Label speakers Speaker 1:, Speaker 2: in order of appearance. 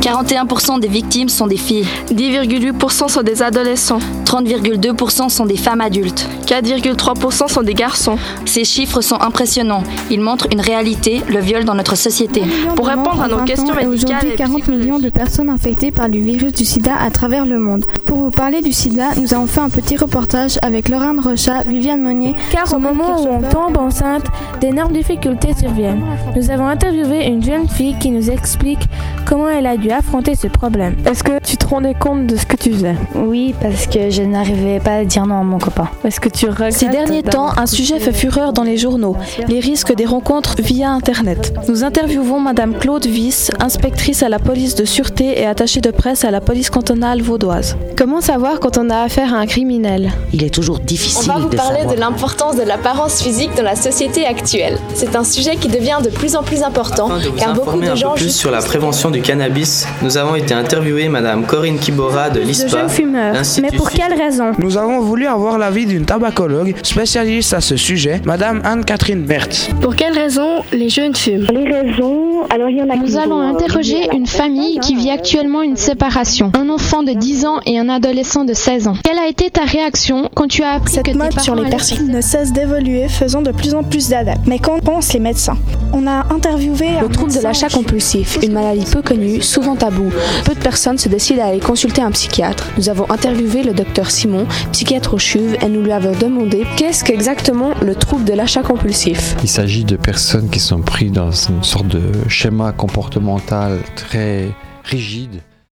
Speaker 1: 41% des victimes sont des filles.
Speaker 2: 10,8% sont des adolescents.
Speaker 1: 30,2% sont des femmes adultes.
Speaker 2: 4,3% sont des garçons.
Speaker 1: Ces chiffres sont impressionnants. Ils montrent une réalité, le viol dans notre société.
Speaker 2: Pour répondre à nos questions
Speaker 3: et
Speaker 2: médicales
Speaker 3: Aujourd'hui,
Speaker 2: et
Speaker 3: 40 millions de personnes infectées par le virus du sida à travers le monde. Pour vous parler du sida, nous avons fait un petit reportage avec Lorraine Rocha, Viviane Monnier.
Speaker 4: Car au moment où on tombe enceinte, d'énormes difficultés surviennent. Nous avons interviewé une jeune fille qui nous explique comment elle a dû affronter ce problème.
Speaker 5: Est-ce que tu te rendais compte de ce que tu faisais
Speaker 6: Oui, parce que je n'arrivais pas à dire non à mon copain.
Speaker 5: Est-ce que tu regrettes
Speaker 7: Ces derniers temps, un sujet fait fureur dans les journaux, les risques des rencontres via Internet. Nous interviewons Madame Claude Viss, inspectrice à la police de sûreté et attachée de presse à la police cantonale vaudoise.
Speaker 8: Comment savoir quand on a affaire à un criminel
Speaker 9: Il est toujours difficile
Speaker 10: On va vous
Speaker 9: de
Speaker 10: parler
Speaker 9: savoir.
Speaker 10: de l'importance de l'apparence physique dans la société actuelle. C'est un sujet qui devient de plus en plus important
Speaker 11: Afin de vous
Speaker 10: car beaucoup
Speaker 11: informer
Speaker 10: de
Speaker 11: un
Speaker 10: gens
Speaker 11: peu plus
Speaker 10: jugent-
Speaker 11: sur la prévention du cannabis, nous avons été interviewés Madame Corinne Kibora de
Speaker 4: De
Speaker 11: l'ISPA.
Speaker 4: jeunes fumeurs.
Speaker 11: l'Institut
Speaker 4: Mais pour
Speaker 11: Sud-
Speaker 4: quelle raison
Speaker 12: Nous avons voulu avoir l'avis d'une tabacologue spécialiste à ce sujet, Madame Anne-Catherine Berthe.
Speaker 2: Pour quelles raisons les jeunes fument
Speaker 13: Les raisons, alors il y en a qui
Speaker 8: Nous allons
Speaker 13: vont, euh, liées
Speaker 8: interroger
Speaker 13: à la
Speaker 8: une
Speaker 13: personne,
Speaker 8: famille
Speaker 13: hein,
Speaker 8: qui vit
Speaker 13: euh,
Speaker 8: actuellement une séparation, un enfant de 10 ans et un adolescent de 16 ans. Quelle a été ta réaction quand tu as appris que
Speaker 14: Cette
Speaker 8: tes
Speaker 14: mode
Speaker 8: parents
Speaker 14: sur les
Speaker 8: allaient-
Speaker 14: personnes ne cesse d'évoluer, faisant de plus en plus d'adeptes. Mais qu'en pensent les médecins On a interviewé un
Speaker 15: Le trouble de
Speaker 14: médecin
Speaker 15: l'achat compulsif, une maladie peu connue, souvent taboue. Peu de personnes se décident à aller consulter un psychiatre. Nous avons interviewé le docteur Simon, psychiatre au CHUV, et nous lui avons demandé qu'est-ce qu'exactement le trouble de l'achat compulsif.
Speaker 16: Il s'agit de personnes qui sont prises dans une sorte de schéma comportemental très rigide.